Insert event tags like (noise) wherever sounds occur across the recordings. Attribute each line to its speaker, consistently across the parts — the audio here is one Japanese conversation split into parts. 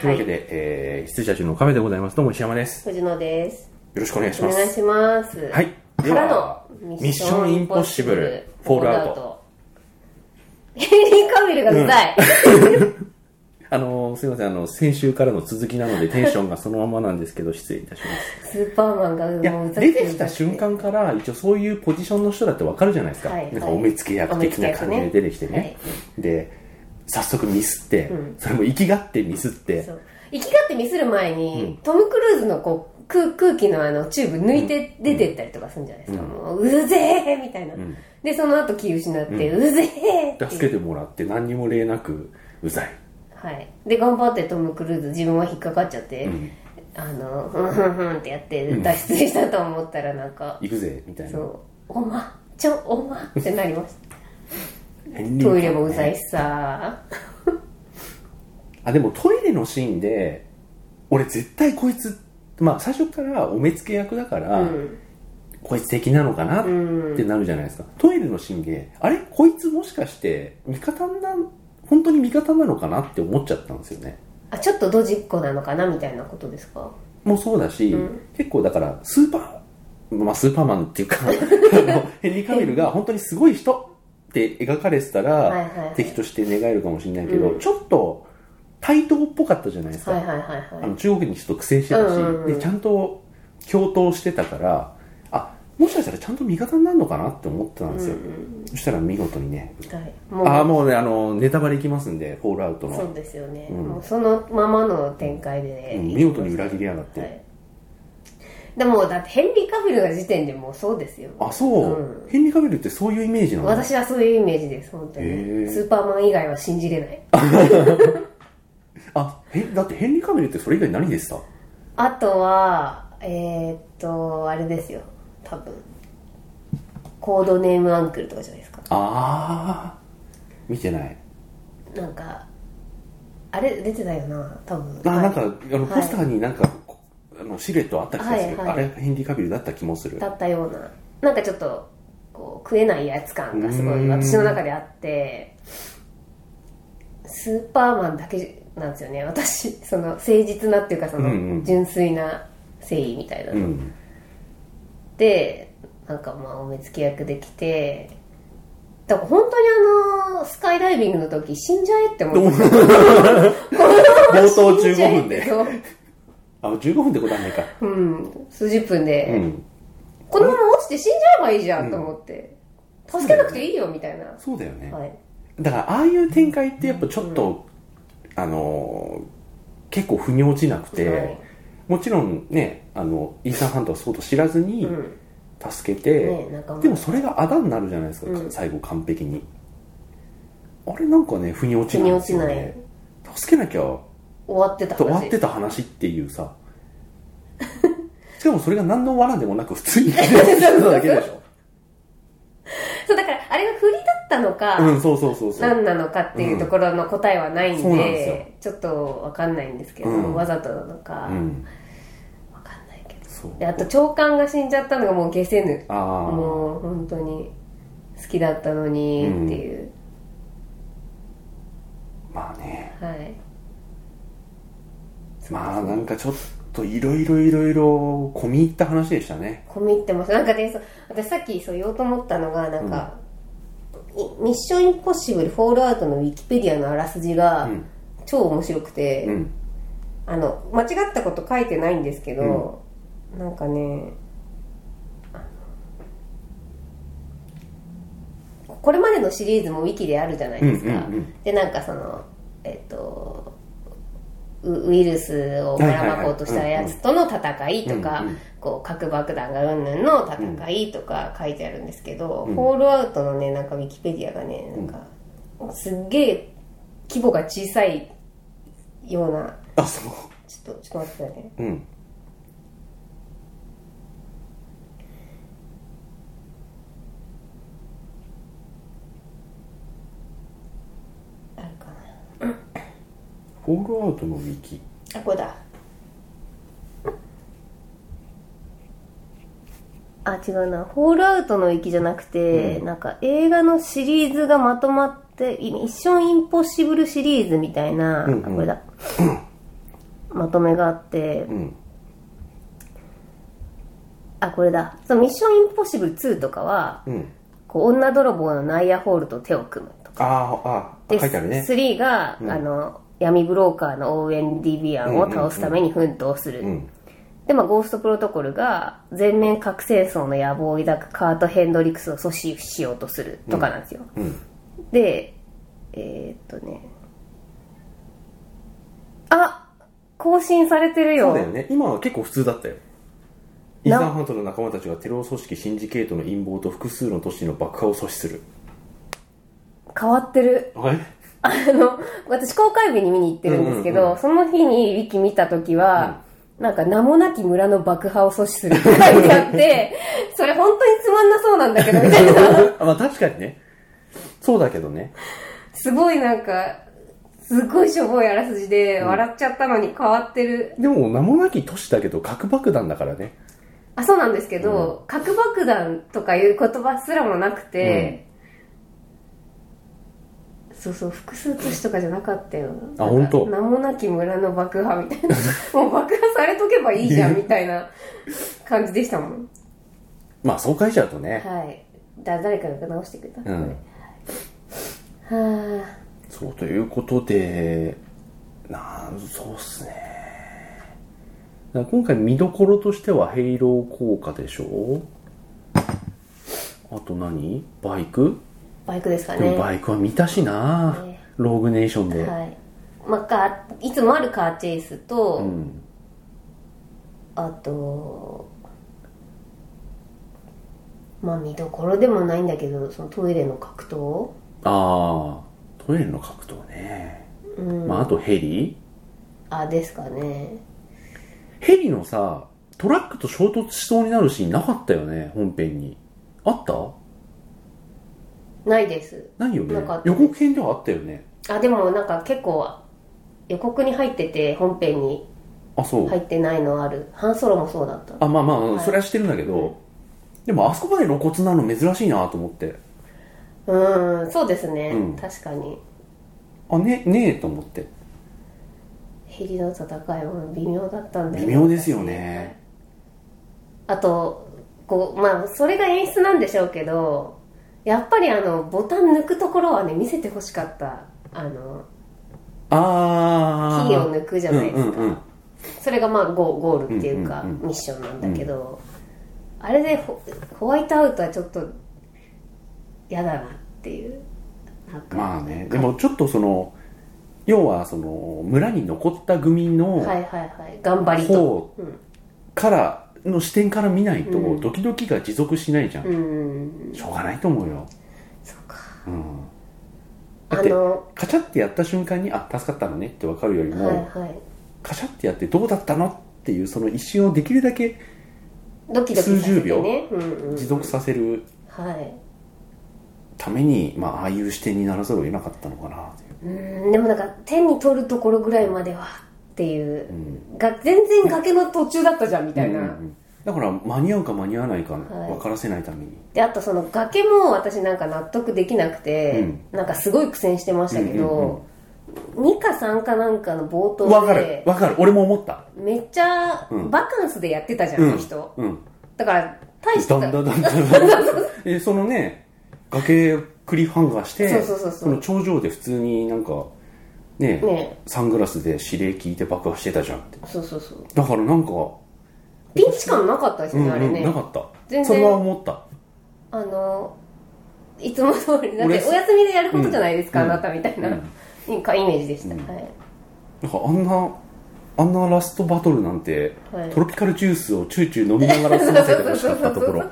Speaker 1: というわけで、えー、羊たちのカフェでございます。どうも石山です。
Speaker 2: 藤野です。
Speaker 1: よろしくお願いし
Speaker 2: お
Speaker 1: ます。
Speaker 2: 願いします。
Speaker 1: はい
Speaker 2: か
Speaker 1: では
Speaker 2: らの
Speaker 1: ミッションインポッシブルフォールアウト。
Speaker 2: ヘンリー・カビルがうざい。
Speaker 1: あのーすいません、あの、先週からの続きなのでテンションがそのままなんですけど、 (laughs) 失礼いたします。
Speaker 2: スーパーマンがもう
Speaker 1: いうや、
Speaker 2: ざく
Speaker 1: 出
Speaker 2: て
Speaker 1: てきた瞬間から、一応そういうポジションの人だってわかるじゃないですか。
Speaker 2: はいはい
Speaker 1: なんかお目付け役的な感じで出てきてね。
Speaker 2: お目付け
Speaker 1: で、早速ミスって、
Speaker 2: うん
Speaker 1: それも生きがってミスって、
Speaker 2: そう行き交ってミスる前に、トム・クルーズのこう空空気のあのチューブ抜いて出てったりとかするんじゃないですか、もううぜえみたいな、
Speaker 1: ん
Speaker 2: でその後気を失って、うぜえって
Speaker 1: 助けてもらって何にも礼なく、うざい。
Speaker 2: はい、で頑張ってトム・クルーズ自分は引っかかっちゃって、
Speaker 1: ん
Speaker 2: あのうんふんふんってやって脱出したと思ったらなんか、
Speaker 1: 行くぜ、みたいな
Speaker 2: そ。うおまちょおまってなり
Speaker 1: (laughs)
Speaker 2: ました
Speaker 1: ヘンリー
Speaker 2: トイレもうざいしさ
Speaker 1: あでもトイレのシーンで俺絶対こいつまあ最初からお目付け役だから、
Speaker 2: うん
Speaker 1: こいつ敵なのかなっ
Speaker 2: うん
Speaker 1: てなるじゃないですか、トイレのシーンであれこいつもしかして味方な本当に味方なのかなって思っちゃったんですよね
Speaker 2: あちょっとドジっ子なのかなみたいなことですか
Speaker 1: もうそうだし、
Speaker 2: うん
Speaker 1: 結構だからスーパーまあスーパーマンって
Speaker 2: (laughs)
Speaker 1: いうかあのヘンリー・カミルが本当にすごい人って描かれてたら、
Speaker 2: はいはいはい
Speaker 1: 敵として願えるかもしれないけど、
Speaker 2: うん
Speaker 1: ちょっと対等っぽかったじゃないですか、
Speaker 2: はいはいはい
Speaker 1: あ
Speaker 2: は
Speaker 1: の中国にちょっと苦戦してたし、
Speaker 2: うんうんうん
Speaker 1: でちゃんと共闘してたからあもしかしたらちゃんと味方になるのかなって思ってたん
Speaker 2: い
Speaker 1: ですよ、
Speaker 2: うんうん
Speaker 1: そしたら見事にね
Speaker 2: はい
Speaker 1: ああ
Speaker 2: も
Speaker 1: もうねあのネタバレいきますんでフォールアウト
Speaker 2: う
Speaker 1: の
Speaker 2: そうですよね、
Speaker 1: うん
Speaker 2: もうそのままの展開で、ね
Speaker 1: うん見事に裏切りやがって、
Speaker 2: はい、でもだってヘンリー・カフィルが時点でもうそうですよ
Speaker 1: あそう、
Speaker 2: う
Speaker 1: ヘンリー・カビルってそういうイメージなの
Speaker 2: 私はそういうイメージです本当に
Speaker 1: へー
Speaker 2: スーパーマン以外は信じれない
Speaker 1: あへだってヘンリー・カビルってそれ以外何でした
Speaker 2: あとはえーっとあれですよ多分コードネームアンクルとかじゃないですか
Speaker 1: ああ見てない
Speaker 2: なんかあれ出てたよな多分
Speaker 1: あ、
Speaker 2: はい
Speaker 1: なんかあの
Speaker 2: はい
Speaker 1: ポスターになんか、こあのシルエットあった気がする、
Speaker 2: はいはい
Speaker 1: あれヘンリー・カビルだった気もする
Speaker 2: だったようななんかちょっとこう食えないやつ感がすご
Speaker 1: うー
Speaker 2: い
Speaker 1: ん
Speaker 2: 私の中であってスーパーマンだけなんですよね私その誠実なっていうかそ
Speaker 1: うんう
Speaker 2: の
Speaker 1: ん
Speaker 2: 純粋な誠意みたいな
Speaker 1: う
Speaker 2: の、
Speaker 1: ん
Speaker 2: でなんかまあお目付け役できてだから本当にあのスカイダイビングの時死んじゃえって思って
Speaker 1: 冒頭
Speaker 2: 死んじゃえ
Speaker 1: 15
Speaker 2: っ
Speaker 1: 分
Speaker 2: て
Speaker 1: で
Speaker 2: そう
Speaker 1: (laughs) あ15分ってことはないか
Speaker 2: うん数十分
Speaker 1: う
Speaker 2: で、
Speaker 1: ん
Speaker 2: このまま落ちて死んじゃえばいいじゃんと思って、助けなくていいよみたいな、
Speaker 1: そうだよね、
Speaker 2: はい
Speaker 1: だからああいう展開ってやっぱちょっと、あのー結構腑に落ちなくて、
Speaker 2: はい
Speaker 1: もちろんねあのイーサン・ハントはそうと知らずに
Speaker 2: うん
Speaker 1: 助けて、
Speaker 2: ねなんかもう
Speaker 1: でもそれがあだになるじゃないですか、
Speaker 2: うん
Speaker 1: 最後完璧にあれなんかね腑に落ちないんですよ
Speaker 2: 腑に落
Speaker 1: ね助けなきゃ
Speaker 2: 終わってた話
Speaker 1: 終わってた話っていう (laughs) さしかもそれが何の罠でもなく普通にただけでしょ
Speaker 2: そうだからあれが振りだったのか、
Speaker 1: うん (laughs) そうそうそうそう
Speaker 2: 何なのかっていうところの答えはないん
Speaker 1: そうなんです
Speaker 2: で、ちょっとわかんないんですけど、
Speaker 1: うん
Speaker 2: わざとなのかわ、
Speaker 1: うん
Speaker 2: かんないけど
Speaker 1: そう
Speaker 2: であと長官が死んじゃったのがもう消せぬ
Speaker 1: ああ
Speaker 2: もう本当に好きだったのにっていう、
Speaker 1: まあね
Speaker 2: はい
Speaker 1: まあなんかちょっといろいろいろいろ込み入った話でしたね
Speaker 2: 込み入ってますなんかねそう私さっきそう言おうと思ったのがなんか、いミッションインポッシブルフォールアウトのウィキペディアのあらすじが
Speaker 1: うん
Speaker 2: 超面白くて、
Speaker 1: うん
Speaker 2: あの間違ったこと書いてないんですけど、なんかねあのこれまでのシリーズもウィキであるじゃないですか、
Speaker 1: うんうんうん
Speaker 2: でなんかそのえっ、とウウイルスをばらまこうとしたやつとの戦いとか、
Speaker 1: うんうん
Speaker 2: こう核爆弾がうんぬんの戦いとか書いてあるんですけど、
Speaker 1: ん
Speaker 2: フォールアウトのねなんかウィキペディアがねなんか、すっげえ規模が小さいような
Speaker 1: あそ
Speaker 2: ちょっと、ちょっと待ってくださいね。
Speaker 1: ううん
Speaker 2: あるかな。
Speaker 1: フォールアウトのウィキ
Speaker 2: あ、これだ。あ、違うな。ホールアウトの域じゃなくて、なんか映画のシリーズがまとまって、いミッションインポッシブルシリーズみたいな、
Speaker 1: うんうん
Speaker 2: あ、これだ。まとめがあって
Speaker 1: うん
Speaker 2: あこれだその「ミッションインポッシブル2」とかは
Speaker 1: うん
Speaker 2: こう女泥棒のナイアホールと手を組むと
Speaker 1: あああ
Speaker 2: で
Speaker 1: あ書いてあるね
Speaker 2: 3が、
Speaker 1: うん
Speaker 2: あの闇ブローカーのオーウェン・ディビアンを倒すために奮闘する、
Speaker 1: うん
Speaker 2: で、まあ、ゴーストプロトコルが全面核戦争の野望を抱くカート・ヘンドリクスを阻止しようとするとかなんですよ、
Speaker 1: うん
Speaker 2: でえーっとねあ更新されてる
Speaker 1: そう
Speaker 2: よ
Speaker 1: だよね今は結構普通だったよインザンハントの仲間たちがテロ組織シンジケートの陰謀と複数の都市の爆破を阻止する
Speaker 2: 変わってる (laughs)
Speaker 1: はい
Speaker 2: あの私公開日に見に行ってるんですけど、
Speaker 1: うんうん
Speaker 2: その日にウィキ見た時は、なんか名もなき村の爆破を阻止するって書いてあって
Speaker 1: (laughs)
Speaker 2: それ本当につまんなそうなんだけどみたいな
Speaker 1: あまあ確かにねそうだけどね
Speaker 2: すごいなんかすごいしょぼいあらすじで
Speaker 1: ん
Speaker 2: 笑っちゃったのに変わってる、
Speaker 1: でも名もなき都市だけど核爆弾だからね
Speaker 2: あそうなんですけど、核爆弾とかいう言葉すらもなくて、そうそう複数都市とかじゃなかったよ
Speaker 1: あ本当
Speaker 2: なんか名もなき村の爆破みたいな (laughs) もう爆破されとけばいいじゃんみたいな感じでしたもん
Speaker 1: まあそう書いちゃうとね
Speaker 2: はいだ誰かが直してくれた、
Speaker 1: うん
Speaker 2: これはいはあ
Speaker 1: そうということでなんそうっすねだから今回見どころとしては「ヘイロー効果」でしょあと何バイク、
Speaker 2: バイクですか
Speaker 1: で
Speaker 2: ね
Speaker 1: もバイクは見たしな、
Speaker 2: ね
Speaker 1: ローグネーションで、
Speaker 2: はいまあ、カーいつもあるカーチェイスと、
Speaker 1: うん
Speaker 2: あとまあ見どころでもないんだけどそのトイレの格闘
Speaker 1: ああトイレの格闘ね、
Speaker 2: うん
Speaker 1: まああとヘリ
Speaker 2: あですかね
Speaker 1: ヘリのさトラックと衝突しそうになるシーンなかったよね本編にあった
Speaker 2: ないです
Speaker 1: ないよね
Speaker 2: なかった
Speaker 1: 予告編ではあったよね
Speaker 2: あでもなんか結構予告に入ってて本編に
Speaker 1: あそう、
Speaker 2: 入ってないのあるハンソロもそうだった
Speaker 1: あまあまあ、
Speaker 2: はい
Speaker 1: それはしてるんだけどでもあそこまで露骨なの珍しいなと思って
Speaker 2: うんそうですね、
Speaker 1: うん
Speaker 2: 確かに
Speaker 1: あねねえと思って
Speaker 2: ヘリの戦いも微妙だったんだよ
Speaker 1: 微妙ですよね
Speaker 2: あとこうまあそれが演出なんでしょうけどやっぱりあのボタン抜くところはね見せてほしかったあのキ
Speaker 1: ああ
Speaker 2: ーを抜くじゃないですか、
Speaker 1: うんうんうん
Speaker 2: それがまあゴゴールっていうか、
Speaker 1: うんうん
Speaker 2: ミッションなんだけど、あれでホホワイトアウトはちょっと嫌だなっていうなんか
Speaker 1: まあねでもちょっとその要はその村に残った組の
Speaker 2: はいはいはい頑張りと
Speaker 1: 方
Speaker 2: うん
Speaker 1: からの視点から見ないと
Speaker 2: うん
Speaker 1: ドキドキが持続しないじゃん、
Speaker 2: うん
Speaker 1: しょうがないと思うよ、
Speaker 2: そうか
Speaker 1: うん、だ
Speaker 2: あ
Speaker 1: って
Speaker 2: の
Speaker 1: カチャってやった瞬間にあ助かったのねって分かるよりも、
Speaker 2: はいはい
Speaker 1: カシャってやってどうだったのっていうその一瞬をできるだけ
Speaker 2: ドキドキさせ
Speaker 1: 数十
Speaker 2: て
Speaker 1: 秒
Speaker 2: ね、うんうん、
Speaker 1: 持続させる
Speaker 2: はい
Speaker 1: ために、まあああいう視点にならざるを得なかったのかなっていう
Speaker 2: うーんでもなんか天に取るところぐらいまではっていう、が全然崖の途中だったじゃんみたいな、
Speaker 1: うんうんうんだから間に合うか間に合わないか
Speaker 2: はい
Speaker 1: 分からせないために、
Speaker 2: であとその崖も私なんか納得できなくて、なんかすごい苦戦してましたけど、2か3かなんかの冒
Speaker 1: わ分
Speaker 2: 頭
Speaker 1: かる
Speaker 2: で
Speaker 1: 分かる俺も思った
Speaker 2: めっちゃ
Speaker 1: うん
Speaker 2: バカンスでやってたじゃん、あの人
Speaker 1: うん
Speaker 2: だから大して
Speaker 1: だん
Speaker 2: た
Speaker 1: だんだんだんだんえそのね崖クリフハンガーして
Speaker 2: そうそうそうそう
Speaker 1: の頂上で普通になんかね
Speaker 2: ね
Speaker 1: サングラスで指令聞いて爆破してたじゃんって
Speaker 2: そうそうそう
Speaker 1: だからなんか、
Speaker 2: ピンチ感なかったです
Speaker 1: うん
Speaker 2: ね、
Speaker 1: うん
Speaker 2: あれね
Speaker 1: なかった
Speaker 2: 全
Speaker 1: そ
Speaker 2: 然
Speaker 1: れは思った
Speaker 2: あのいつも通りだって
Speaker 1: 俺
Speaker 2: お休みでやることじゃないですか、
Speaker 1: うん
Speaker 2: あなたみたいな、
Speaker 1: う
Speaker 2: いいかイメージでした、はい
Speaker 1: なんかあんなあんなラストバトルなんて、
Speaker 2: はい
Speaker 1: トロピカルジュースをチューチュー飲みながら済ませてほしかった
Speaker 2: (laughs)
Speaker 1: ところ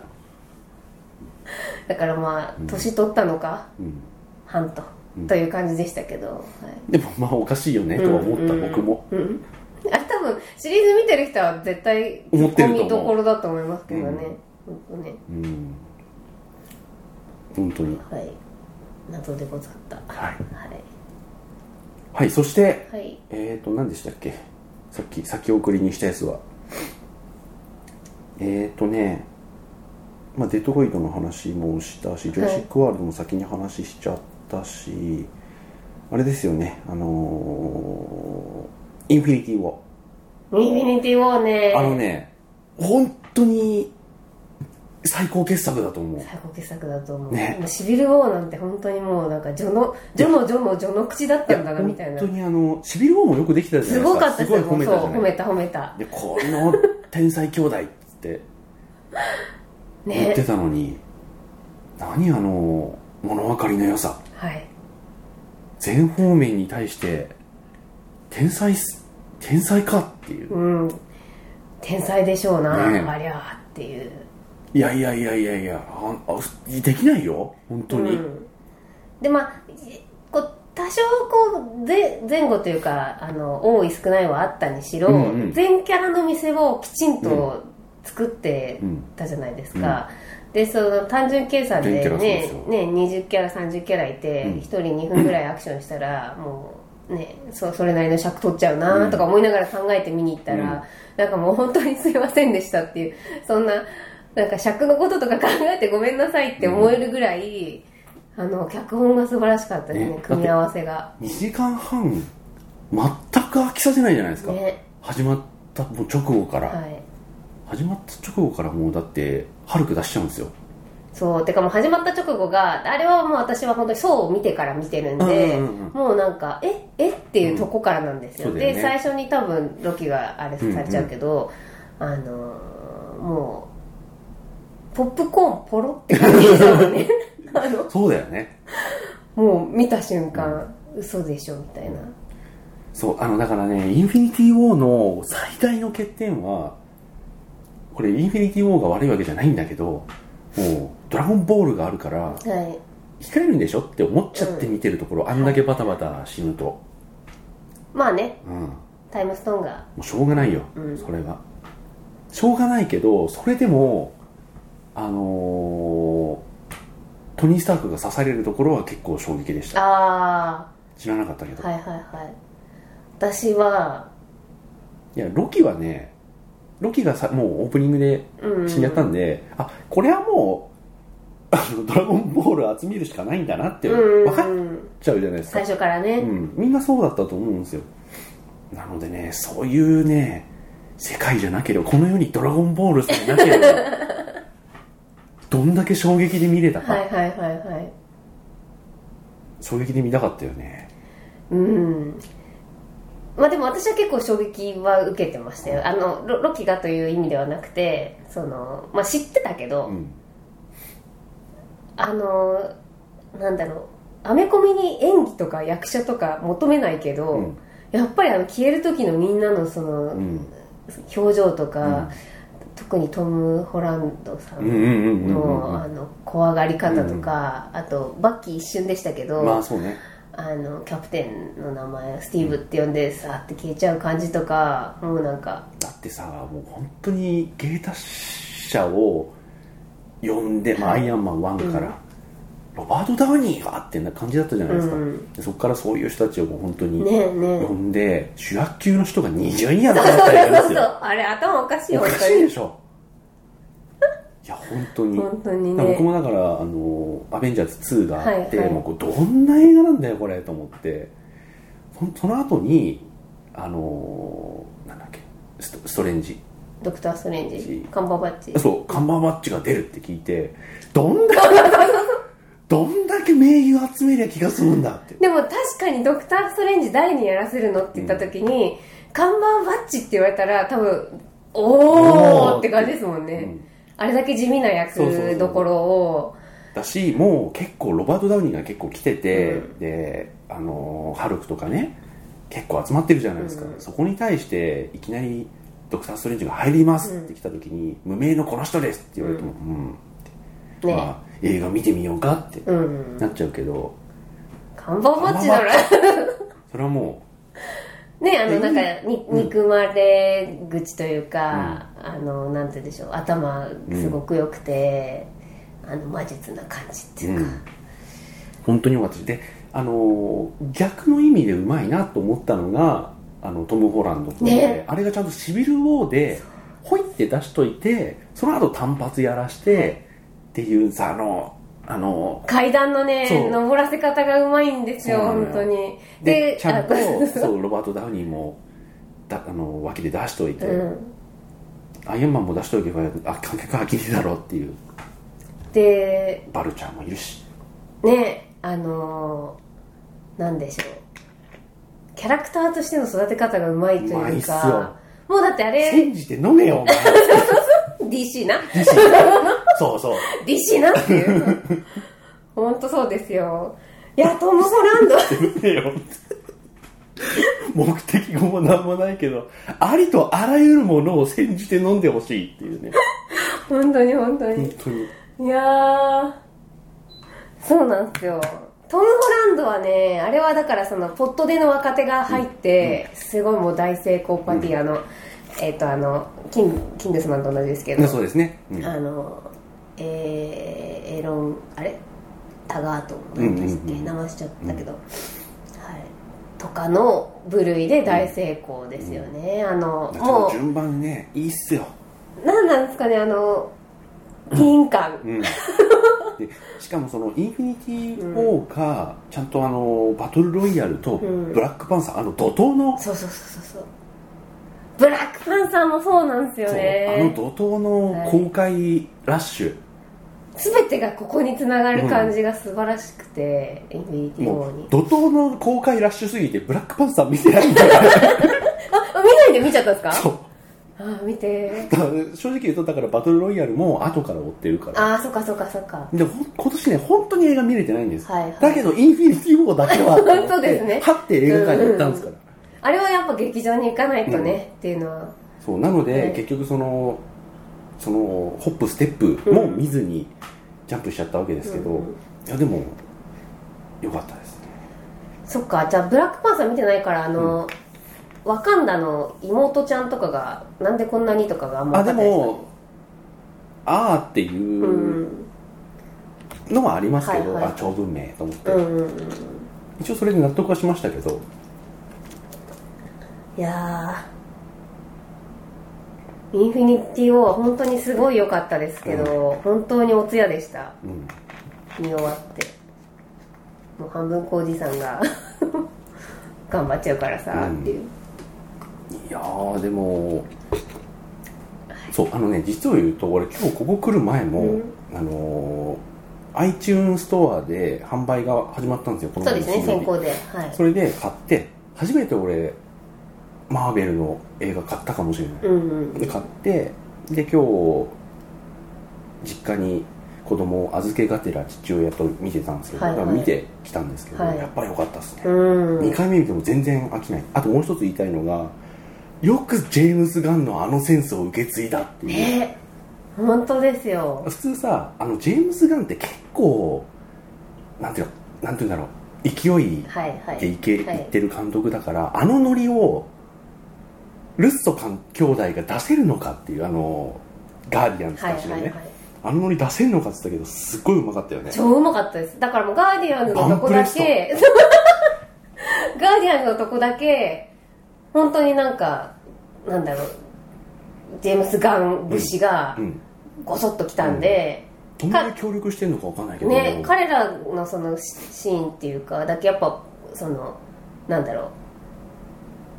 Speaker 2: だからまあ年取ったのか、半と、という感じでしたけど、はい、
Speaker 1: でもまあおかしいよねとは思った、僕も、
Speaker 2: あ多分シリーズ見てる人は絶対
Speaker 1: 思ってると思う
Speaker 2: ツッコミどころだと思いますけどね、本当ね
Speaker 1: うん本当に
Speaker 2: はい謎でござったは
Speaker 1: はい、
Speaker 2: い
Speaker 1: はい、そして
Speaker 2: はい
Speaker 1: えっ、ー、と何でしたっけさっき先送りにしたやつはえっ、ー、とねまあ、デトロイトの話もしたし、ジュラシック・ワールドも先に話しちゃったし、あれですよね、あのーインフィニティ・ウォー。
Speaker 2: インフィニティ・ウォーね
Speaker 1: あのね、本当に最高傑作だと思う。
Speaker 2: 最高傑作だと思う、
Speaker 1: ね
Speaker 2: もうシビル・ウォーなんて本当にもうなんか序の序の序の序の口だったんだなみたいな
Speaker 1: 本当にあの、シビル王もよくできてたじゃな
Speaker 2: す
Speaker 1: いです
Speaker 2: ご
Speaker 1: か。
Speaker 2: かったですよ
Speaker 1: ごい褒め
Speaker 2: そう
Speaker 1: たじゃ
Speaker 2: 褒
Speaker 1: な
Speaker 2: め
Speaker 1: い。
Speaker 2: た褒めた
Speaker 1: で、この天才兄弟って言って
Speaker 2: ね
Speaker 1: たのに、何あの、物分かりの良さ。
Speaker 2: はい
Speaker 1: 全方面に対して、天才す、天才かっていう。
Speaker 2: うん天才でしょうな、
Speaker 1: ね
Speaker 2: ありゃあっていう
Speaker 1: いやいやいやいやいや、ああふできないよ。本当に。
Speaker 2: うん、でまあいこう多少こうぜ前後というかあの多い少ないはあったにしろ、
Speaker 1: うんうん
Speaker 2: 全キャラの見せ場をきちんと作って
Speaker 1: うん
Speaker 2: たじゃないですか、でその単純計算で
Speaker 1: 全キャラそうで
Speaker 2: ね
Speaker 1: すよ
Speaker 2: ね20キャラ30キャラいて、
Speaker 1: うん
Speaker 2: 1人2分ぐらいアクションしたらもうねそそれなりの尺取っちゃうなとか思いながら考えて見に行ったら、なんかもう本当にすいませんでしたっていうそんななんか尺のこととか考えてごめんなさいって思えるぐらい、あの脚本が素晴らしかったですね
Speaker 1: ね
Speaker 2: 組み合わせが
Speaker 1: 2時間半、全く飽きさせないじゃないですか。
Speaker 2: ね
Speaker 1: 始まったもう直後から、
Speaker 2: はい
Speaker 1: 始まった直後からもうだってハルク出しちゃうんですよ
Speaker 2: そうてかもう始まった直後があれはもう私は本当にそうを見てから見てるんで、
Speaker 1: うんうんうんうん
Speaker 2: もうなんかええっていうとこからなんですよ、
Speaker 1: うんそうだよ
Speaker 2: で
Speaker 1: ね
Speaker 2: 最初に多分ロキがあれされちゃうけど、あのーもうポップコーンポロって感じでしたも
Speaker 1: (laughs)
Speaker 2: んねあの
Speaker 1: そうだよね
Speaker 2: もう見た瞬間、嘘でしょみたいな
Speaker 1: そうあのだからねインフィニティ・ウォーの最大の欠点はこれインフィニティ・ウォーが悪いわけじゃないんだけどもうドラゴンボールがあるから
Speaker 2: はい
Speaker 1: 控えるんでしょって思っちゃって見てるところ、あんだけバタバタ死ぬと、
Speaker 2: まあね
Speaker 1: うん、も
Speaker 2: タイムストーンが
Speaker 1: うしょうがないよ、
Speaker 2: うん
Speaker 1: それはしょうがないけどそれでもあのートニー・スタークが刺されるところは結構衝撃でした
Speaker 2: あ
Speaker 1: 知らなかったけど、
Speaker 2: あはいはいはい私は
Speaker 1: い、やロキはねロキがさもうオープニングで
Speaker 2: うん
Speaker 1: 死んじゃったんで、あこれはもうあのドラゴンボール集めるしかないんだなって
Speaker 2: うん
Speaker 1: 分かっちゃうじゃないですか
Speaker 2: 最、初からね、
Speaker 1: うん、みんなそうだったと思うんですよなのでねそういうね世界じゃなければこの世にドラゴンボールさえなけれ
Speaker 2: (laughs)
Speaker 1: ばどんだけ衝撃で見れたか、
Speaker 2: はいはいはいはい
Speaker 1: 衝撃で見たかったよね
Speaker 2: うんまあでも私は結構衝撃は受けてましたよあのロロキがという意味ではなくてその、まあ、知ってたけど、
Speaker 1: うん
Speaker 2: あのなんだろうアメコミに演技とか役者とか求めないけど、
Speaker 1: うん
Speaker 2: やっぱりあの消える時のみんなのそうの
Speaker 1: ん
Speaker 2: 表情とか、特にトム・ホランドさ
Speaker 1: うんうん
Speaker 2: ん
Speaker 1: うんうんうん
Speaker 2: のあの怖がり方とか、あとバッキー一瞬でしたけど、
Speaker 1: まあそうね
Speaker 2: あのキャプテンの名前スティーブって呼んでさーって消えちゃう感じとかもうなんか
Speaker 1: だってさもう本当に芸達者を呼んで、まあ、アイアンマン1から、ロバート・ダウニーがってな感じだったじゃないですか、
Speaker 2: うん
Speaker 1: でそこからそういう人たちをもう本当に
Speaker 2: ねえねえ
Speaker 1: 呼んで、主役級の人が20人やったりやるんです
Speaker 2: (laughs) そう
Speaker 1: よ
Speaker 2: あれ頭おかしい
Speaker 1: お
Speaker 2: よ
Speaker 1: か
Speaker 2: 本
Speaker 1: しいでしょいや本当に
Speaker 2: 本当にね
Speaker 1: 僕もだから「あのアベンジャーズ2」があって、
Speaker 2: はいはい
Speaker 1: もうこれどんな映画なんだよこれと思ってそその後にあのなんだっけストストレンジ
Speaker 2: ドクター・ストレンジカンバーバッチ
Speaker 1: そうカンバーバッチが出るって聞いてどんだけどんだけ名優集めりゃ気が済むんだって
Speaker 2: でも確かにドクター・ストレンジ誰にやらせるのって言った時に、カンバーバッチって言われたら多分お
Speaker 1: おー
Speaker 2: ーって感じですもんね、
Speaker 1: うん
Speaker 2: あれだけ地味な
Speaker 1: そうそうそう
Speaker 2: 役どころを
Speaker 1: だしもう結構ロバート・ダウニーが結構来てて、
Speaker 2: う
Speaker 1: であのハルクとかね結構集まってるじゃないですか、
Speaker 2: うん
Speaker 1: そこに対していきなり「ドクター・ストレンジが入ります」って来た時に「無名のこの人です」って言われても「うん、
Speaker 2: ね、
Speaker 1: まあ、映画見てみようか」って
Speaker 2: うん
Speaker 1: なっちゃうけど
Speaker 2: カンバーバッチなら
Speaker 1: それはも
Speaker 2: ねあの
Speaker 1: で
Speaker 2: なんかに憎まれ口というか、あのなんて言うんでしょう頭すごく良くて、あの魔術な感じって
Speaker 1: う、う
Speaker 2: いうか、
Speaker 1: ん、本当に良かったしであの逆の意味でうまいなと思ったのがあのトム・ホランドって、
Speaker 2: ね
Speaker 1: あれがちゃんとシビル・ウォーでほいって出しといてその後単発やらして、っていうさあのあの
Speaker 2: 階段のね
Speaker 1: そう
Speaker 2: 登らせ方がうまいんですよ
Speaker 1: そうなのよ
Speaker 2: 本当に
Speaker 1: でちゃんと
Speaker 2: あ
Speaker 1: そうロバート・ダウニーもたあの脇で出しといて、
Speaker 2: うん
Speaker 1: アイアンマンも出しといてあ観客はきりだろうっていう
Speaker 2: で
Speaker 1: バルちゃんもいるし
Speaker 2: ねあのーなんでしょうキャラクターとしての育て方がうまいと
Speaker 1: うまい
Speaker 2: い
Speaker 1: っ
Speaker 2: う
Speaker 1: すよ
Speaker 2: かもうだってあれ
Speaker 1: 信じて飲めよお前
Speaker 2: DC な (laughs)
Speaker 1: そうそう
Speaker 2: DC なっていう本当そうですよいやトム・ホランド
Speaker 1: 飲めよ目的語もなんもないけどありとあらゆるものを煎じて飲んでほしいっていうね
Speaker 2: 本当に本当
Speaker 1: 本
Speaker 2: に
Speaker 1: 当に
Speaker 2: いやーそうなんですよトム・ホランドはねあれはだからそのポットでの若手が入って、すごいもう大成功パーティー、あのえっ、とあのキンキングスマンと同じですけど
Speaker 1: そうですね、うん
Speaker 2: あのえーエロンあれタガートなんとして
Speaker 1: うんうんうん
Speaker 2: 名前しちゃったけど、はいとかの部類で大成功ですよね、あの
Speaker 1: だから
Speaker 2: も
Speaker 1: 順番ねいいっすよ、
Speaker 2: うなんなんですかねあのティーン感、
Speaker 1: (laughs) うん、でしかもそのインフィニティ・ウォーがちゃんとあのバトルロイヤルと
Speaker 2: うん
Speaker 1: ブラックパンサーあの怒涛の
Speaker 2: そうそうそうそうそうブラックパンサーもそうなんですよ
Speaker 1: そうあの
Speaker 2: ね
Speaker 1: 怒涛の公開ラッシュ、
Speaker 2: 全てがここにつながる感じが素晴らしくて、インフィニティウォ
Speaker 1: も
Speaker 2: ーに
Speaker 1: う怒涛の公開ラッシュすぎてブラックパンサー見てないんだ
Speaker 2: (laughs)
Speaker 1: から
Speaker 2: あ見ないで見ちゃったんです
Speaker 1: そ
Speaker 2: か
Speaker 1: う
Speaker 2: あ見て
Speaker 1: だから (laughs) 正直言うとだからバトルロイヤルも後から追ってるから
Speaker 2: ああそっかそっかそっか
Speaker 1: でほん今年ね本当に映画見れてないんです、
Speaker 2: はいはい
Speaker 1: だけどインフィニティ・ウォーだけ
Speaker 2: (laughs)
Speaker 1: は
Speaker 2: 本当ですね
Speaker 1: はって映画館に行ったんですから、
Speaker 2: あれはやっぱ劇場に行かないとね、っていうのは
Speaker 1: そうなので、
Speaker 2: はい
Speaker 1: 結局そのそのホップステップも見ずにジャンプしちゃったわけですけど、
Speaker 2: うん
Speaker 1: いやでもよかったですね
Speaker 2: そっかじゃあブラックパンサー見てないからあの、ワカンダの妹ちゃんとかがなんでこんなにとかがあんま
Speaker 1: あ
Speaker 2: 分か
Speaker 1: で
Speaker 2: んないす
Speaker 1: もあーっていううんのはありますけど、
Speaker 2: はいは
Speaker 1: あ
Speaker 2: い
Speaker 1: 長文明と思って、
Speaker 2: うんうんうん
Speaker 1: 一応それで納得はしましたけど
Speaker 2: いやーインフィニティ・ウォーは本当にすごい良かったですけど、本当にお通夜でした
Speaker 1: うん
Speaker 2: 見終わってもう半分浩二さんが (laughs) 頑張っちゃうからさ、っていう
Speaker 1: いやーでもそうあのね実を言うと俺今日ここ来る前も、
Speaker 2: うん
Speaker 1: あのー iTunes ストアで販売が始まったんですよこの
Speaker 2: そ
Speaker 1: 前
Speaker 2: うで
Speaker 1: の
Speaker 2: すね
Speaker 1: 水曜
Speaker 2: 先
Speaker 1: 日
Speaker 2: 行ではい
Speaker 1: それで買って初めて俺マーベルの映画買ったかもしれない、
Speaker 2: うんうん
Speaker 1: で買ってで今日実家に子供を預けがてら父親と見てたんですけど、
Speaker 2: はいはい
Speaker 1: だから見てきたんですけど、
Speaker 2: はい
Speaker 1: やっぱり良かったですね、
Speaker 2: うん
Speaker 1: 2回目見ても全然飽きないあともう一つ言いたいのがよくジェームズ・ガンのあのセンスを受け継いだっていう
Speaker 2: ね本当ですよ
Speaker 1: 普通さあのジェームズ・ガンって結構なんていうかなんていうんだろう勢い
Speaker 2: はいはい
Speaker 1: でいけ、
Speaker 2: はい
Speaker 1: いってる監督だからあのノリをルッソかん兄弟が出せるのかっていうあのガーディアンズ
Speaker 2: は
Speaker 1: た
Speaker 2: い
Speaker 1: ちの
Speaker 2: は
Speaker 1: ね、
Speaker 2: いはい
Speaker 1: あのノリ出せるのかって言ったけどすっごいうまかったよね
Speaker 2: 超うまかったですだからもうガーディアンズのとこだけ (laughs) ガーディアンズのとこだけ本当になんかなんだろうジェームス・ガン節が
Speaker 1: うん
Speaker 2: ごそっと来たんで、
Speaker 1: どんなに協力してるのかわかんないけど、
Speaker 2: ね彼らのそのシシーンっていうかだけやっぱそのなんだろ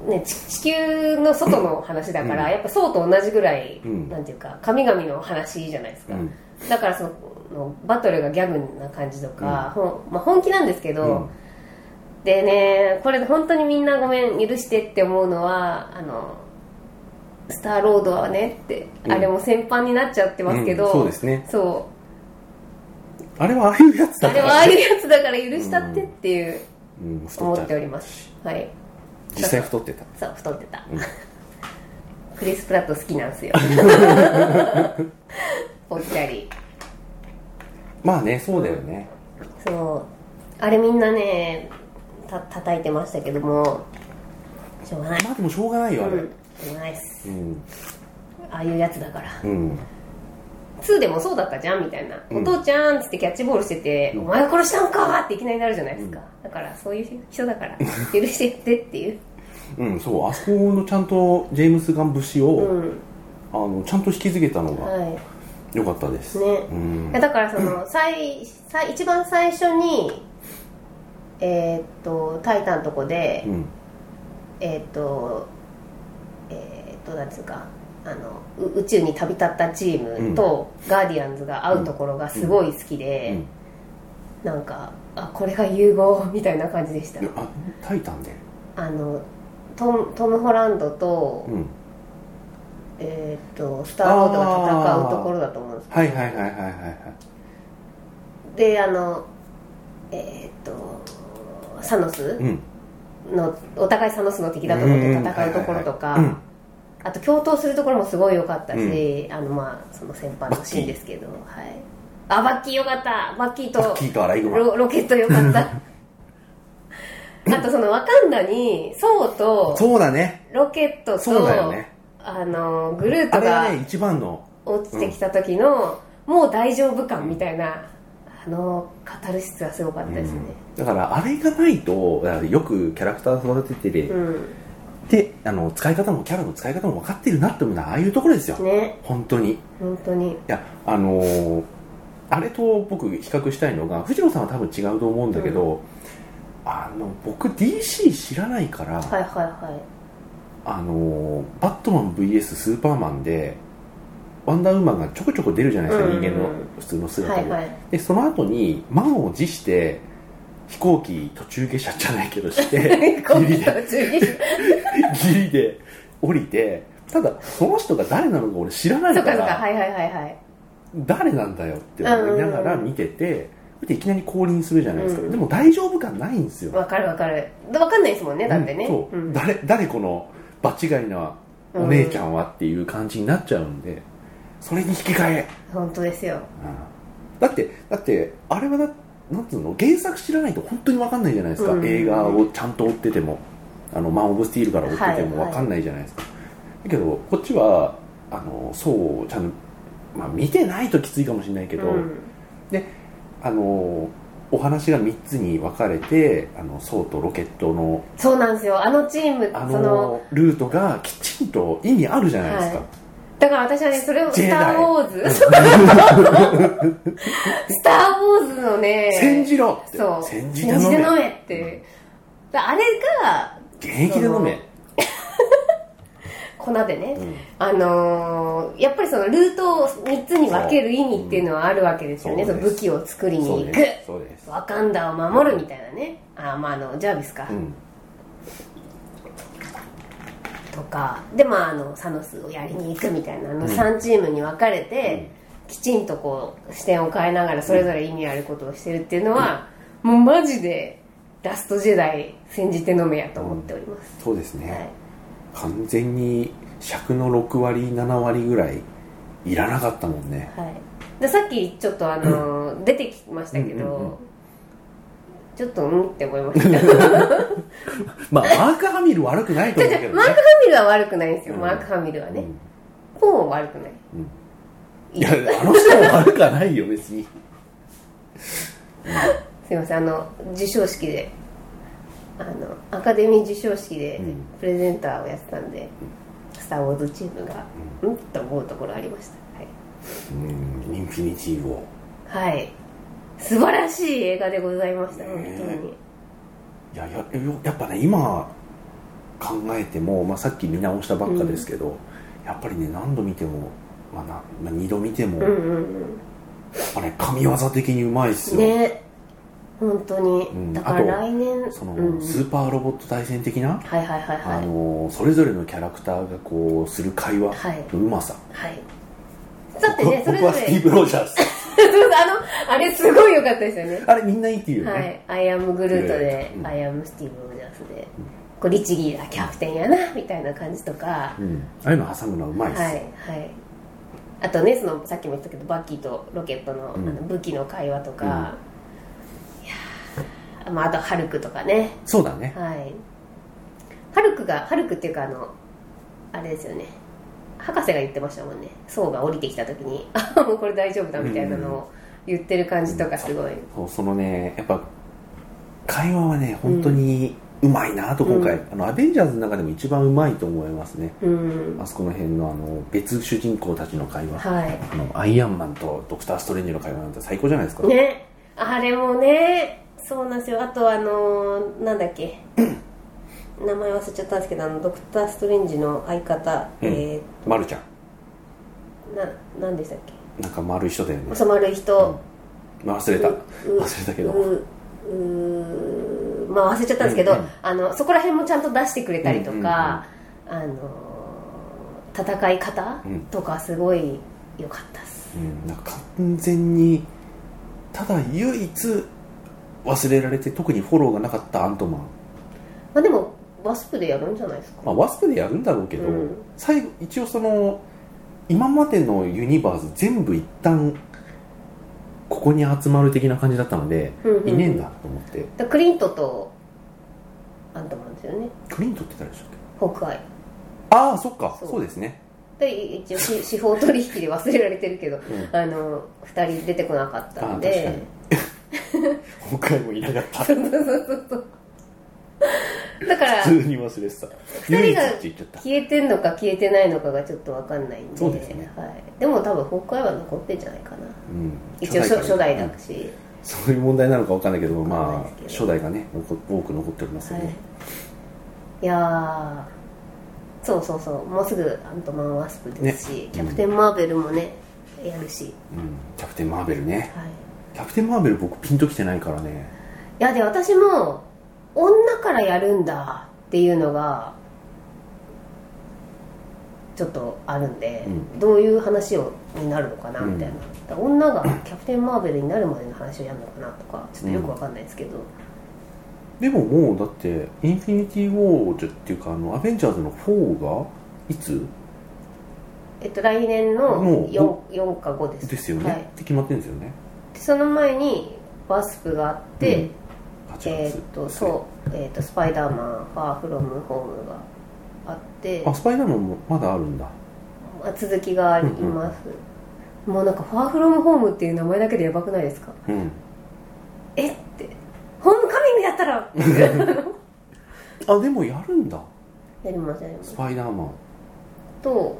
Speaker 2: うね、地地球の外の話だから、
Speaker 1: うん
Speaker 2: やっぱそうと同じぐらい、
Speaker 1: うん
Speaker 2: なんていうか神々の話じゃないですか、
Speaker 1: うん
Speaker 2: だからそのバトルがギャグな感じとか、ほんまあ、本気なんですけど、
Speaker 1: うん
Speaker 2: でねこれ本当にみんなごめん許してって思うのはあのスターロードはねって、
Speaker 1: うん
Speaker 2: あれも先般になっちゃってますけど、
Speaker 1: うんそうですね
Speaker 2: そう
Speaker 1: あれはああいうやつだ
Speaker 2: あ
Speaker 1: か
Speaker 2: れ
Speaker 1: ら
Speaker 2: はああいうやつだから許したってっていう
Speaker 1: うん、太
Speaker 2: 思
Speaker 1: っ
Speaker 2: って
Speaker 1: た
Speaker 2: おります、はい
Speaker 1: 実際太ってた
Speaker 2: そう太ってた、
Speaker 1: うん
Speaker 2: クリス・プラット好きなんですよぽっちゃり
Speaker 1: まあねそうだよね
Speaker 2: そうあれみんなねた叩いてましたけどもしょうがない
Speaker 1: まあでもしょうがないよあ
Speaker 2: う
Speaker 1: れ
Speaker 2: んしょうがないっす
Speaker 1: うん
Speaker 2: ああいうやつだから
Speaker 1: うん
Speaker 2: 2でもそうだったじゃんみたいな、
Speaker 1: うん
Speaker 2: お父ちゃんっつってキャッチボールしてて、お前が殺したんかっていきなりなるじゃないですか、だからそういう人だから許してやってっていう
Speaker 1: うんそうあそこのちゃんとジェームス・ガン節を、
Speaker 2: うん
Speaker 1: あのちゃんと引き継げたのが
Speaker 2: は
Speaker 1: 良かったです、
Speaker 2: いね、
Speaker 1: うん
Speaker 2: いやだからそ
Speaker 1: (laughs)
Speaker 2: の最最一番最初にえーっと「タイタン」とこで、
Speaker 1: うん
Speaker 2: えーっとえー、となんつうかあのう宇宙に旅立ったチームとガーディアンズが合うところがすごい好きで、
Speaker 1: うん
Speaker 2: なんかあこれが融合みたいな感じでした
Speaker 1: あタイタンで
Speaker 2: あのトムトム・ホランドと,、
Speaker 1: うん
Speaker 2: えー、とスター・フォードが戦うところだと思うんです
Speaker 1: はいはいはいはいはいはい
Speaker 2: であのえっ、とサノス
Speaker 1: うん
Speaker 2: のお互いサノスの敵だと思って戦うところと
Speaker 1: うんはいはいはいう
Speaker 2: か
Speaker 1: ん
Speaker 2: あと共闘するところもすごい良かったし、あのまあその先般のシーンですけどはいあバッキー良かったバッキー
Speaker 1: バ
Speaker 2: と
Speaker 1: ッキーとアライグマ
Speaker 2: ロロケット良かったあとそのワカンダにソウと
Speaker 1: そうだね
Speaker 2: ロケット
Speaker 1: そうだよ
Speaker 2: と、
Speaker 1: ね
Speaker 2: あのグルー
Speaker 1: あ
Speaker 2: ト
Speaker 1: れ
Speaker 2: が
Speaker 1: はね一番の
Speaker 2: 落ちてきた時の、もう大丈夫感みたいなあのカタルシスはすごかったですね
Speaker 1: だからあれがないとだからよくキャラクター育ててて、
Speaker 2: うん、
Speaker 1: であの使い方もキャラの使い方も分かってるなって思うのはああいうところですよ、
Speaker 2: ね
Speaker 1: 本当にい
Speaker 2: 本当に
Speaker 1: やあのーあれと僕比較したいのが藤野さんは多分違うと思うんだけど、あの僕 DC 知らないから、
Speaker 2: はいはい
Speaker 1: あのーバットマン VS スーパーマンでワンダーウーマンがちょこちょこ出るじゃないですか、
Speaker 2: うん
Speaker 1: 人間の普通の
Speaker 2: は
Speaker 1: 姿
Speaker 2: いは
Speaker 1: で,、
Speaker 2: いはい
Speaker 1: でその後に満を持して飛行機途中下車じゃないけどして
Speaker 2: (laughs) こ
Speaker 1: ギ
Speaker 2: ん
Speaker 1: リ
Speaker 2: な
Speaker 1: で
Speaker 2: 途中にそ
Speaker 1: ギリで (laughs) 降りてただその人が誰なのか俺知らないう
Speaker 2: か
Speaker 1: か
Speaker 2: そうからはいはいはいはい
Speaker 1: 誰なんだよって思いながら見ててでいきなり降臨するじゃないですか、
Speaker 2: うん
Speaker 1: でも大丈夫感ないんですよ
Speaker 2: わかるわかるわかんないですもんねだってね、
Speaker 1: うんそう、
Speaker 2: ん
Speaker 1: 誰誰この場違いなお姉ちゃんはっていう感じになっちゃうんでそれに引き換え、
Speaker 2: 本当ですよ
Speaker 1: うんだってだってあれはだなんつうの原作知らないと本当に分かんないじゃないですか、
Speaker 2: うん
Speaker 1: 映画をちゃんと追っててもあのマン・オブ・スティールから追ってても
Speaker 2: はい
Speaker 1: 分かんないじゃないですか、だけどこっちはあのそうちゃんと、まあ、見てないときついかもしれないけど、
Speaker 2: うん
Speaker 1: あのお話が3つに分かれてあのソウとロケットの
Speaker 2: そうなんですよあのチーム
Speaker 1: あ
Speaker 2: その
Speaker 1: のルートがきちんと意味あるじゃないですか、
Speaker 2: はいだから私はねそれを「
Speaker 1: ジェ
Speaker 2: (laughs) ス
Speaker 1: ダイ
Speaker 2: ター・ウォーズ」スター・ウォーズ」のね
Speaker 1: 煎じろって
Speaker 2: そう
Speaker 1: 煎じ
Speaker 2: 信
Speaker 1: て
Speaker 2: じ
Speaker 1: 飲
Speaker 2: て
Speaker 1: め
Speaker 2: 飲めってだあれが
Speaker 1: 現役で飲め、
Speaker 2: 粉でね、
Speaker 1: うん
Speaker 2: あのーやっぱりそのルートを3つに分ける意味っていうのはあるわけですよね
Speaker 1: そ
Speaker 2: そうの
Speaker 1: です
Speaker 2: 武器を作りに
Speaker 1: そう
Speaker 2: 行く
Speaker 1: ですそうです、
Speaker 2: ワカンダを守るみたいなねあーまああのジャービスか、
Speaker 1: うん、
Speaker 2: とかでまああのサノスをやりに行くみたいなあの3チームに分かれて、きちんとこう視点を変えながらそれぞれ意味あることをしてるっていうのは、もうマジでラスト時代煎じて飲めやと思っております、
Speaker 1: そうですね、
Speaker 2: はい
Speaker 1: 完全に尺の6割7割ぐらいいらなかったもんね
Speaker 2: はい、でさっきちょっとあの出てきましたけど、
Speaker 1: うんうんうん
Speaker 2: ちょっとうんって思いました (laughs) マーク・
Speaker 1: まあマーク・ハミル悪くないと思うけどね
Speaker 2: ハミルは悪くないんですよ、マーク・ハミルはね、ポンは悪くない
Speaker 1: うんいやあの人も悪くはないよ別に
Speaker 2: すいませんあの授賞式であのアカデミー授賞式で
Speaker 1: うん
Speaker 2: プレゼンターをやってたんで「スター・ウォーズ」チームが「うん?」と思うところありました
Speaker 1: うんインフィニティを
Speaker 2: はい、はい、素晴らしい映画でございました本当に
Speaker 1: いややややっぱね今考えても、まあ、さっき見直したばっかですけど、やっぱりね何度見ても、まあなまあ、2度見ても、
Speaker 2: うんうん
Speaker 1: あれ神業的にうまいっす
Speaker 2: うん
Speaker 1: よ、
Speaker 2: ね本当に、
Speaker 1: うん
Speaker 2: だか
Speaker 1: あと
Speaker 2: ら来年
Speaker 1: その、
Speaker 2: うん
Speaker 1: スーパーロボット対戦的な、
Speaker 2: はいはいはい
Speaker 1: あ
Speaker 2: はい
Speaker 1: のそれぞれのキャラクターがこうする会話
Speaker 2: はい
Speaker 1: のうまさ、
Speaker 2: はいだってねそ
Speaker 1: 僕
Speaker 2: れぞ
Speaker 1: はスティー
Speaker 2: (laughs)
Speaker 1: ブ・
Speaker 2: れ
Speaker 1: ロージャース
Speaker 2: あのあれすごい良かったですよね
Speaker 1: あれみんないいって言うよ
Speaker 2: は
Speaker 1: ね、
Speaker 2: い「アイアムグルート」で
Speaker 1: う
Speaker 2: 「
Speaker 1: ん
Speaker 2: アイアムスティーブ・ロージャース」で「こう律儀だキャプテンやな」みたいな感じとか
Speaker 1: うん、ああいうの挟むのはうま
Speaker 2: はいい
Speaker 1: っす、
Speaker 2: はいあとねそのさっきも言ったけどバッキーとロケットのあ
Speaker 1: ん
Speaker 2: の武器の会話とか、いやーまあ、あとハルクとかね
Speaker 1: そうだね
Speaker 2: はいハルクがハルクっていうかあのあれですよね博士が言ってましたもんね層が降りてきた時に「 (laughs) あもうこれ大丈夫だ」みたいなのを言ってる感じとかすごい、
Speaker 1: そうそのねやっぱ会話はね本当にうまいなと今回、
Speaker 2: う
Speaker 1: あのアベンジャーズの中でも一番うまいと思いますね
Speaker 2: うん
Speaker 1: あそこの辺のあの別主人公たちの会話、
Speaker 2: はい
Speaker 1: あのアイアンマンとドクター・ストレンジの会話なんて最高じゃないですか、
Speaker 2: ね
Speaker 1: (clears throat)
Speaker 2: あれもねそうなんですよあとあのーなんだっけ名前忘れちゃったんですけどあのドクター・ストレンジの相方、
Speaker 1: うん
Speaker 2: え
Speaker 1: まるちゃん
Speaker 2: ー、な何でしたっけ
Speaker 1: なんか丸い人だよね
Speaker 2: 収まる人、
Speaker 1: まあ忘れた
Speaker 2: う
Speaker 1: 忘れたけど
Speaker 2: ううまあ忘れちゃったんですけど、
Speaker 1: うんうん
Speaker 2: あのそこら辺もちゃんと出してくれたりとか、あの戦い方
Speaker 1: うん
Speaker 2: とかすごい良かったっす、
Speaker 1: うん、なんか完全にただ唯一忘れられて特にフォローがなかったアントマン、
Speaker 2: まあ、でもワスプでやるんじゃないですか、
Speaker 1: まあ、ワスプでやるんだろうけど、
Speaker 2: うん
Speaker 1: 最後一応その今までのユニバース全部一旦ここに集まる的な感じだったので、
Speaker 2: うんうん
Speaker 1: いねえんだと思って
Speaker 2: だクリントとアントマンですよね
Speaker 1: クリントって誰でしたっけ
Speaker 2: ホークアイ
Speaker 1: ああそっか
Speaker 2: そ
Speaker 1: そううですね、
Speaker 2: で一応し司法取引で忘れられてるけど
Speaker 1: うん、
Speaker 2: あの2人出てこなかったん
Speaker 1: あ
Speaker 2: で
Speaker 1: 今 (laughs) 回もいなかった
Speaker 2: そうそうそうそうだから
Speaker 1: 普通に忘れてた唯一
Speaker 2: が
Speaker 1: って言っちゃった
Speaker 2: 消えてんのか消えてないのかがちょっと分かんないんで
Speaker 1: そうですね
Speaker 2: はい、でも多分崩壊は残ってんじゃないかな
Speaker 1: うん
Speaker 2: 一応初初代だし、
Speaker 1: そういう問題なのかわかんないけど、
Speaker 2: わかん
Speaker 1: ま
Speaker 2: ない
Speaker 1: あ、
Speaker 2: ですけ
Speaker 1: 初代がね、残多く残っております
Speaker 2: は
Speaker 1: よね。
Speaker 2: い、いやーそうそうそうもうすぐアントマン・ワスプですし、キャプテン・マーベルもねやるし、
Speaker 1: うん、キャプテン・マーベルね。
Speaker 2: はい、い
Speaker 1: キャプテン・マーベル僕ピンときてないからね。
Speaker 2: やで私も女からやるんだっていうのがちょっとあるんで、
Speaker 1: うん
Speaker 2: どういう話をになるのかなみたいな、だから女がキャプテン・マーベルになるまでの話をやるのかなとかちょっとよくわかんないですけど、
Speaker 1: でももう、だって、インフィニティ・ウォーズっていうか、あの、アベンジャーズの4が、いつ
Speaker 2: えっと、来年
Speaker 1: も
Speaker 2: の
Speaker 1: う
Speaker 2: 4, 4か5です
Speaker 1: ですよね。
Speaker 2: は
Speaker 1: っ
Speaker 2: い、
Speaker 1: て決まってるんですよね。
Speaker 2: でその前にワスプがあって、
Speaker 1: うん8月。
Speaker 2: えーっとそう、えーっと「スパイダーマン」「ファーフロムホーム」があって
Speaker 1: あ、スパイダーマンもまだあるんだ。
Speaker 2: まあ続きがあります、もうなんか「ファーフロムホーム」っていう名前だけでやばくないですか
Speaker 1: うん。
Speaker 2: えってホームカミングだったら
Speaker 1: あ、でもやるんだ。
Speaker 2: やりますやりま
Speaker 1: ス
Speaker 2: す
Speaker 1: パイダーマン。
Speaker 2: と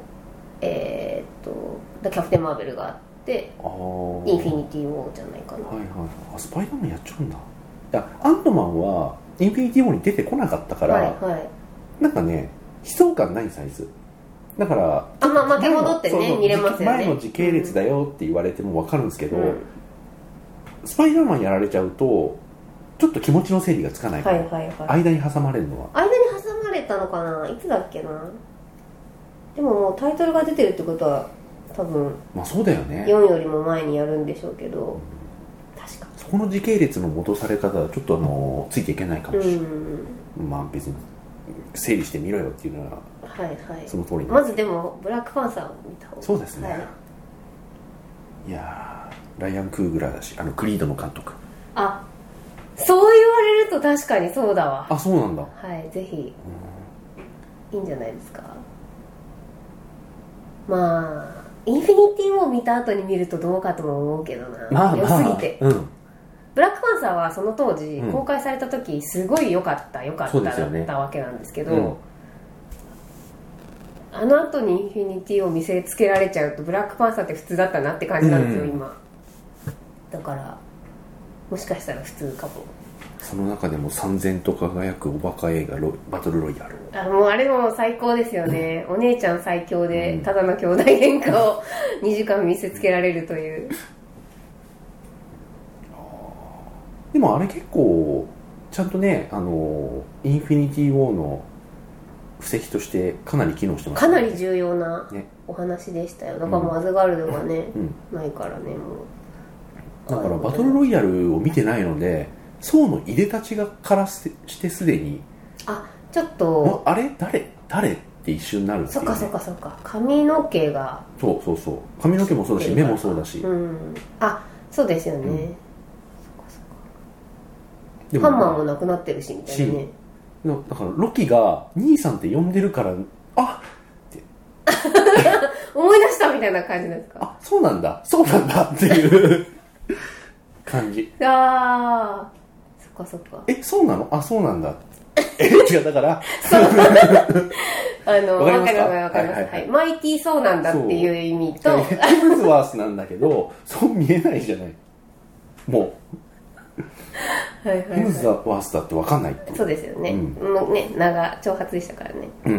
Speaker 2: えーっとだキャプテン・マーベルがあって
Speaker 1: あー
Speaker 2: インフィニティ・ウォーじゃないかな、
Speaker 1: はいはいあスパイダーマンやっちゃうんだいやアントマンはインフィニティ・ウォーに出てこなかったから、
Speaker 2: はいはい
Speaker 1: なんかね悲壮感ないサイズだから
Speaker 2: あまあまあ手戻って
Speaker 1: 前のそう
Speaker 2: ね
Speaker 1: そう
Speaker 2: 見れますよね
Speaker 1: 前の時系列だよって言われても分かるんですけど、
Speaker 2: うん
Speaker 1: スパイダーマンやられちゃうとちょっと気持ちの整理がつかないか
Speaker 2: は
Speaker 1: ら、
Speaker 2: いはいはい
Speaker 1: 間に挟まれるのは
Speaker 2: 間に挟まれたのかないつだっけなでももうタイトルが出てるってことは多分
Speaker 1: まあそうだよね
Speaker 2: 4よりも前にやるんでしょうけど確か
Speaker 1: そこの時系列の戻され方はちょっとあのついていけないか
Speaker 2: う
Speaker 1: もしれない、
Speaker 2: ん
Speaker 1: まあ別に整理してみろよっていうのは
Speaker 2: はいはい
Speaker 1: その通りなんですけど
Speaker 2: まずでもブラックパンサーを見た方が
Speaker 1: そうですね
Speaker 2: はい、
Speaker 1: いやーライアン・クーグラーだしあのクリードの監督
Speaker 2: あそう言われると確かにそうだわ
Speaker 1: あそうなんだ
Speaker 2: はいぜひいいんじゃないですかまあインフィニティを見た後に見るとどうかとも思うけどな、
Speaker 1: まあまあ
Speaker 2: 良すぎて
Speaker 1: うん
Speaker 2: ブラックパンサーはその当時
Speaker 1: うん
Speaker 2: 公開された時すごい良かった良かった
Speaker 1: そうです
Speaker 2: だ
Speaker 1: よね
Speaker 2: ったわけなんですけど
Speaker 1: うん
Speaker 2: あの後にインフィニティを見せつけられちゃうとブラックパンサーって普通だったなって感じなんですよ、
Speaker 1: うん
Speaker 2: 今だからもしかしたら普通かも
Speaker 1: その中でも三千と輝くおバカ映画ロバトルロイヤル
Speaker 2: あもうあれも最高ですよね、お姉ちゃん最強でただの兄弟喧嘩を (laughs) 2時間見せつけられるという
Speaker 1: でもあれ結構ちゃんとねあのーインフィニティ・ウォーの布石としてかなり機能してます
Speaker 2: かなり重要な
Speaker 1: ね
Speaker 2: お話でしたよだからもうアズガルドがね、
Speaker 1: うん
Speaker 2: ないからねもう
Speaker 1: だからバトルロイヤルを見てないので層のいでたちがからしてしてすでに
Speaker 2: あちょっ
Speaker 1: あ
Speaker 2: と
Speaker 1: あれ誰誰って一瞬になるってい
Speaker 2: そうっ
Speaker 1: ね
Speaker 2: かそっかそっか髪の毛が
Speaker 1: そうそうそう髪の毛もそうだし目もそうだし、
Speaker 2: うんあそうですよね、
Speaker 1: うん
Speaker 2: そ
Speaker 1: で
Speaker 2: っかハンマー
Speaker 1: も
Speaker 2: もなくなってるしみたいなね
Speaker 1: だからロキが兄さんって呼んでるからあ
Speaker 2: 思い出したみたいな感じなんですか
Speaker 1: あそうなんだそうなんだっていう感じ
Speaker 2: あーそっかそっか
Speaker 1: (laughs) えそうなのあそうなんだえ違うだから
Speaker 2: あの
Speaker 1: わかりますか
Speaker 2: わかりますわかりま
Speaker 1: はいは
Speaker 2: す、は
Speaker 1: いはい
Speaker 2: いマイティーそうなんだっていう意味と
Speaker 1: ヘムズワースなんだけどそう見えないじゃないも
Speaker 2: はいはいはい
Speaker 1: ウーズ・ザ・ワースだって分かんないっていう
Speaker 2: そうですよね、
Speaker 1: うん
Speaker 2: もうね長長髪でしたからね
Speaker 1: うん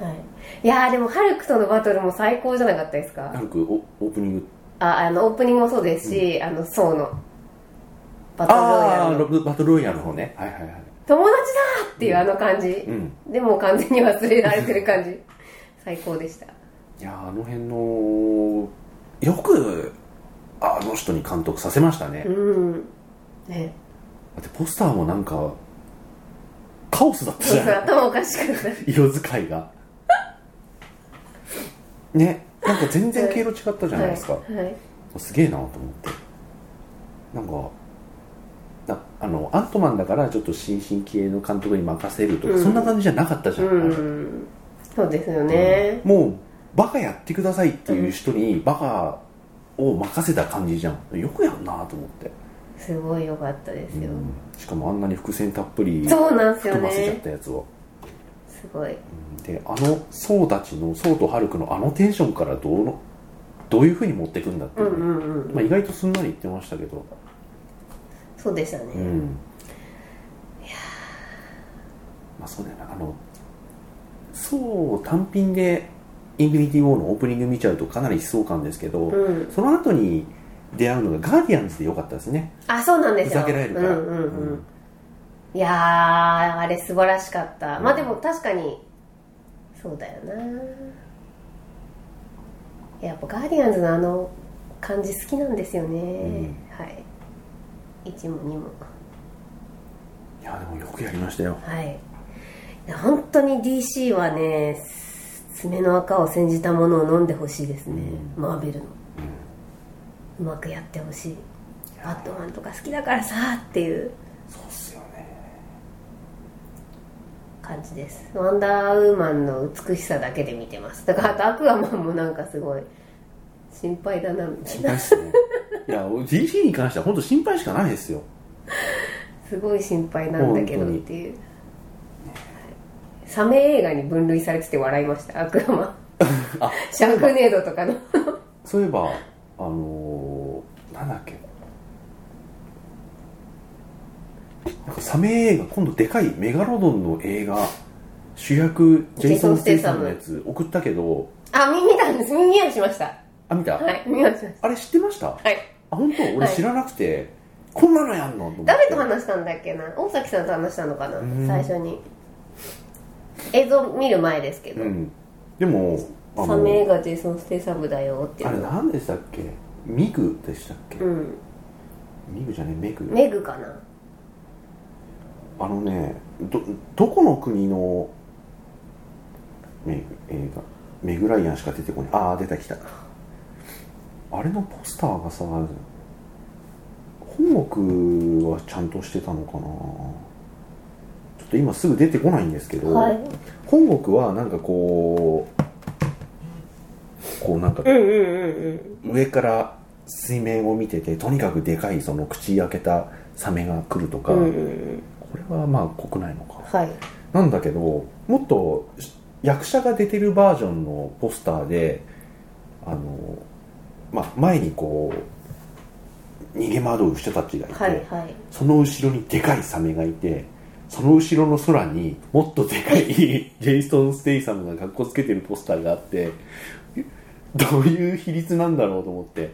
Speaker 2: はいいやーでもハルクとのバトルも最高じゃなかったですか
Speaker 1: 軽くオオープニング
Speaker 2: ああのオープニングもそうですし、あのソーのバトルロイヤ
Speaker 1: ああ
Speaker 2: ルの
Speaker 1: ーバトルロイヤルの方ねはいはいはい
Speaker 2: 友達だーっていうあの感じ、
Speaker 1: うん
Speaker 2: でもう完全に忘れられてる感じ最高でした
Speaker 1: いやーあの辺のよくあの人に監督させましたね、だ
Speaker 2: うんね
Speaker 1: ってポスターもなんかカオスだったじゃん
Speaker 2: 頭おかしかった
Speaker 1: 色使いがねなんか全然毛色違ったじゃないですか、
Speaker 2: はいはい
Speaker 1: すげえなと思ってなんかなあのアントマンだからちょっと新進気鋭の監督に任せるとか、
Speaker 2: うん
Speaker 1: そんな感じじゃなかったじゃん、
Speaker 2: うんそうですよね、
Speaker 1: もうバカやってくださいっていう人にバカを任せた感じじゃんよくやるなと思って、
Speaker 2: すごい良かったですよ、
Speaker 1: うんしかもあんなに伏線たっぷり
Speaker 2: そうなんですよ
Speaker 1: 含ませちゃっ
Speaker 2: ね
Speaker 1: たやつを、
Speaker 2: すごい
Speaker 1: うんであのソウたちのソウとハルクのあのテンションからどうのどういうふうに持ってくんだって
Speaker 2: う
Speaker 1: い
Speaker 2: ん
Speaker 1: うね、
Speaker 2: うんうん、
Speaker 1: まあ、意外とすんなり言ってましたけど、
Speaker 2: そうでしたね、
Speaker 1: うんまあそうだよなあのそう単品で「インフィニティ・ウォー」のオープニング見ちゃうとかなり悲壮感ですけど、
Speaker 2: うん
Speaker 1: その後に出会うのがガーディアンズでよかったですね
Speaker 2: あそうなんで
Speaker 1: ふ
Speaker 2: すよ
Speaker 1: ざけられるから、
Speaker 2: うんうんうん
Speaker 1: うん
Speaker 2: いやーあれ素晴らしかった、ま
Speaker 1: う
Speaker 2: あ
Speaker 1: ん
Speaker 2: でも確かにそうだよなやっぱガーディアンズのあの感じ好きなんですよね、
Speaker 1: ん
Speaker 2: はい1も2も
Speaker 1: いやでもよくやりましたよ
Speaker 2: はいいや本当に DC はね爪の赤を煎じたものを飲んでほしいですね、マーベルの、うまくやってほしいバットマンとか好きだからさっていう
Speaker 1: そうっすよね
Speaker 2: 感じですワンダーウーマンの美しさだけで見てますだからあとアクアマンもなんかすごい心配だなみたい
Speaker 1: 心
Speaker 2: な
Speaker 1: 配っすねいや DC に関しては本当心配しかないですよ
Speaker 2: すごい心配なんだけど
Speaker 1: 本
Speaker 2: っ
Speaker 1: 当に
Speaker 2: ていうはいサメ映画に分類されてて笑いましたアクアマン
Speaker 1: あ
Speaker 2: シャークネードとかの
Speaker 1: そういえばあのー、なんだっけなんかサメ映画今度でかいメガロドンの映画主役ジェイソン・ステイサムのやつ送ったけど
Speaker 2: あ見見たんです見はしました
Speaker 1: あ見た、
Speaker 2: はい見はしまし
Speaker 1: あれ知ってましたあ
Speaker 2: たはい
Speaker 1: 本当俺知らなくて、こんなのやんの思って
Speaker 2: 誰と話したんだっけな大崎さんと話したのかな
Speaker 1: うん
Speaker 2: 最初に映像見る前ですけど、
Speaker 1: うんでもあの
Speaker 2: サメ映画ジェイソン・ステイサムだよってい
Speaker 1: あれ
Speaker 2: うの
Speaker 1: 何でしたっけミグでしたっけ、
Speaker 2: うん
Speaker 1: ミグじゃねえメグ
Speaker 2: メグかな
Speaker 1: あのねどどこの国のメ映画メグライアンしか出てこないああ出てきたあれのポスターがさ本国はちゃんとしてたのかなちょっと今すぐ出てこないんですけど、
Speaker 2: はい
Speaker 1: 本国はなんかこうこうなんか
Speaker 2: うんうんうん
Speaker 1: 上から水面を見ててとにかくでかいその口開けたサメが来るとか、
Speaker 2: うんうんうん
Speaker 1: これはまあ国内のか
Speaker 2: はい
Speaker 1: なんだけどもっと役者が出てるバージョンのポスターであの、まあ、前にこう逃げ惑う人たちがいて、
Speaker 2: はいはい
Speaker 1: その後ろにでかいサメがいてその後ろの空にもっとで
Speaker 2: (laughs)
Speaker 1: かいジェイソン・ステイサムが格好つけてるポスターがあってどういう比率なんだろうと思って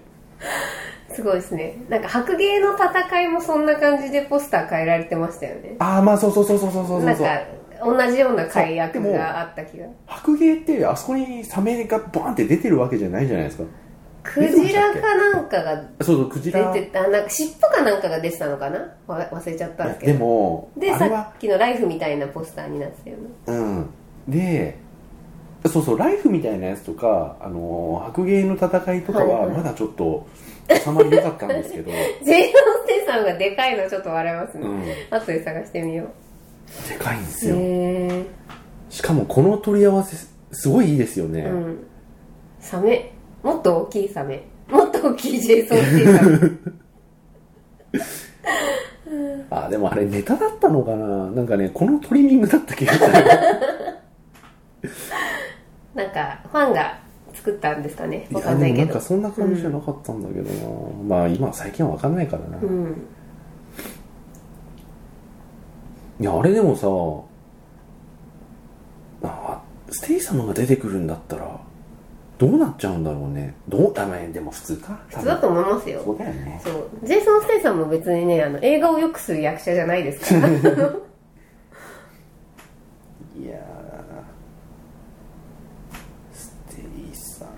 Speaker 2: すごいですねなんか白芸の戦いもそんな感じでポスター変えられてましたよね
Speaker 1: ああまあそうそうそうそうそうそうそう
Speaker 2: なんか同じような解
Speaker 1: そう
Speaker 2: 約
Speaker 1: でも
Speaker 2: があった気が
Speaker 1: 白芸ってあそこにサメがバーンって出てるわけじゃないじゃないですか
Speaker 2: クジラかなんかが
Speaker 1: そうそうクジラ
Speaker 2: 出てたなんか尻尾かなんかが出てたのかなわ忘れちゃったんですけど
Speaker 1: でも
Speaker 2: で
Speaker 1: あれは
Speaker 2: さっきのライフみたいなポスターになってたよね
Speaker 1: うんでそうそうライフみたいなやつとか、あのー白芸の戦いとか
Speaker 2: はい
Speaker 1: は
Speaker 2: はい
Speaker 1: まだちょっと収まり良かったんです
Speaker 2: (laughs)
Speaker 1: けど、
Speaker 2: ジェイソン・ステイさんがでかいのちょっと笑いますね、
Speaker 1: うん、で
Speaker 2: 後で探してみよう
Speaker 1: かいんです
Speaker 2: へ
Speaker 1: よ、
Speaker 2: え
Speaker 1: しかもこの取り合わせすごいいいですよね、
Speaker 2: うんサメもっと大きいサメもっと大きいジェイソン・ステイさ
Speaker 1: (laughs)
Speaker 2: ん
Speaker 1: あでもあれネタだったのかななんかねこのトリミングだった気がする
Speaker 2: なんかファンが作ったんですかね
Speaker 1: い
Speaker 2: (laughs) わか
Speaker 1: や
Speaker 2: んな
Speaker 1: で
Speaker 2: い
Speaker 1: もなん
Speaker 2: け
Speaker 1: か
Speaker 2: ど
Speaker 1: そんな感じじゃなかったんだけどな、まあ今は最近は分かんないからな、
Speaker 2: うん
Speaker 1: いやあれでもさあステイ様が出てくるんだったらどうなっちゃうんだろうねどうダメでも普通か
Speaker 2: 普通だと思いますよ
Speaker 1: そうだよね
Speaker 2: そうジェイソン・ステイさんも別にねあの映画をよくする役者じゃないですから
Speaker 1: いやーステイさん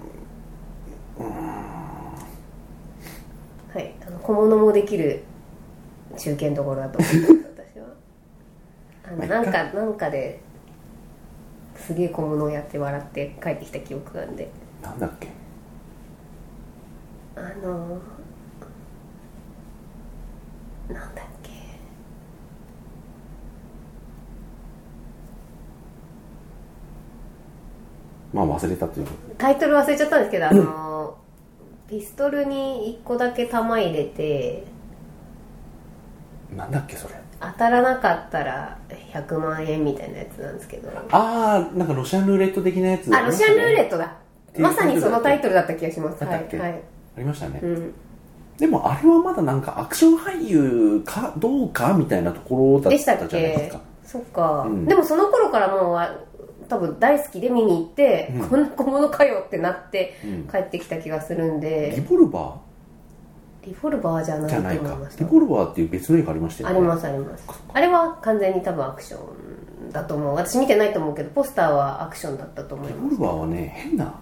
Speaker 1: うーん
Speaker 2: はいあの小物もできる中堅どころだと思い
Speaker 1: (laughs)
Speaker 2: ます私はあのなんかなんかですげえ小物をやって笑って帰ってきた記憶があるんで
Speaker 1: なんだっけ
Speaker 2: あのー、なんだっけ
Speaker 1: まあ忘れたというこ
Speaker 2: タイトル忘れちゃったんですけどあのー、ピストルに1個だけ弾入れて
Speaker 1: となんだっけそれ
Speaker 2: 当たらなかったら100万円みたいなやつなんですけどあ
Speaker 1: ああなんかロシアンルーレット的なやつだね
Speaker 2: ロシアンルーレットだ
Speaker 1: っていう
Speaker 2: まさにそのタイトルだった気がします
Speaker 1: だっ
Speaker 2: は
Speaker 1: た
Speaker 2: い
Speaker 1: っけ
Speaker 2: はい、
Speaker 1: ありましたね、
Speaker 2: うん、
Speaker 1: でもあれはまだなんかアクション俳優かどうかみたいなところだ
Speaker 2: で
Speaker 1: っ
Speaker 2: した
Speaker 1: た
Speaker 2: っ
Speaker 1: じゃないです
Speaker 2: け
Speaker 1: か
Speaker 2: そっか、
Speaker 1: うん
Speaker 2: でもその頃からもうわ多分大好きで見に行って、
Speaker 1: うん
Speaker 2: こんな小物かよってなって
Speaker 1: うん
Speaker 2: 帰ってきた気がするんで、
Speaker 1: リボルバ
Speaker 2: リフォルバーじゃ
Speaker 1: ー
Speaker 2: ない
Speaker 1: じ
Speaker 2: と
Speaker 1: ゃない
Speaker 2: 思い
Speaker 1: か
Speaker 2: まし
Speaker 1: リ
Speaker 2: た
Speaker 1: ボルバーっていう別の映画ありましたよ
Speaker 2: あ
Speaker 1: ね
Speaker 2: りますありますあれは完全に多分アクションだと思う私見てないと思うけどポスターはアクションだったと思い
Speaker 1: リ
Speaker 2: ま
Speaker 1: ボ
Speaker 2: す
Speaker 1: ルバーはね変な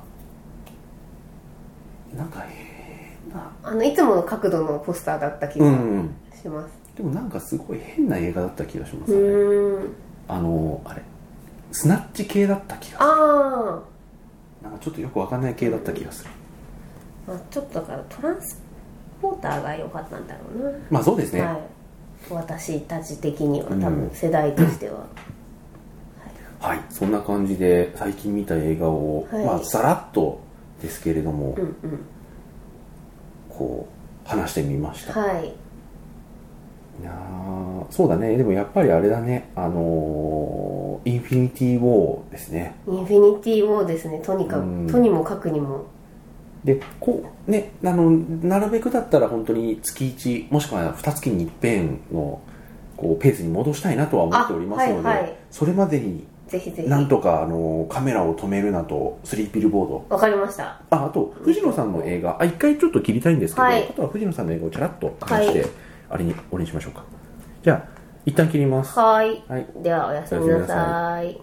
Speaker 1: なんか変な
Speaker 2: あのいつもの角度のポスターだった気
Speaker 1: う
Speaker 2: が
Speaker 1: ん、うん、
Speaker 2: します
Speaker 1: でもなんかすごい変な映画だった気がしま
Speaker 2: う
Speaker 1: すね
Speaker 2: ーん
Speaker 1: あのあれスナッチ系だった気が
Speaker 2: あ
Speaker 1: なんかちょっとよくわかんない系だった気がする
Speaker 2: ーまあちょっとだからトランスポーターが良かったんだろうな
Speaker 1: まあそうですね、
Speaker 2: はい、私たち的には多分
Speaker 1: うん
Speaker 2: 世代とし
Speaker 1: (laughs)
Speaker 2: ては、
Speaker 1: はい、そんな感じで最近見た映画を、
Speaker 2: はい
Speaker 1: まあさらっとですけれども、
Speaker 2: うんうん
Speaker 1: こう話してみました、
Speaker 2: はい
Speaker 1: いやーそうだねでもやっぱりあれだねあのーインフィニティ・ウォーですね
Speaker 2: インフィニティ・ウォーですねとにか
Speaker 1: うん
Speaker 2: くとにもかくにも
Speaker 1: でこうねあのなるべくだったら本当に月1もしくは2月に一遍のこうペースに戻したいなとは思っておりますので、
Speaker 2: あはいはい
Speaker 1: それまでに
Speaker 2: ぜひぜひ
Speaker 1: なんとかあのカメラを止めるなとスリーピルボード
Speaker 2: わかりました
Speaker 1: ああと藤野さんの映画あ一回ちょっと切りたいんですけど、
Speaker 2: はい
Speaker 1: あとは藤野さんの映画をちらっと話して、
Speaker 2: は
Speaker 1: あれに俺にしましょうかじゃあ一旦切ります
Speaker 2: はい
Speaker 1: はい
Speaker 2: ではおやすみなさい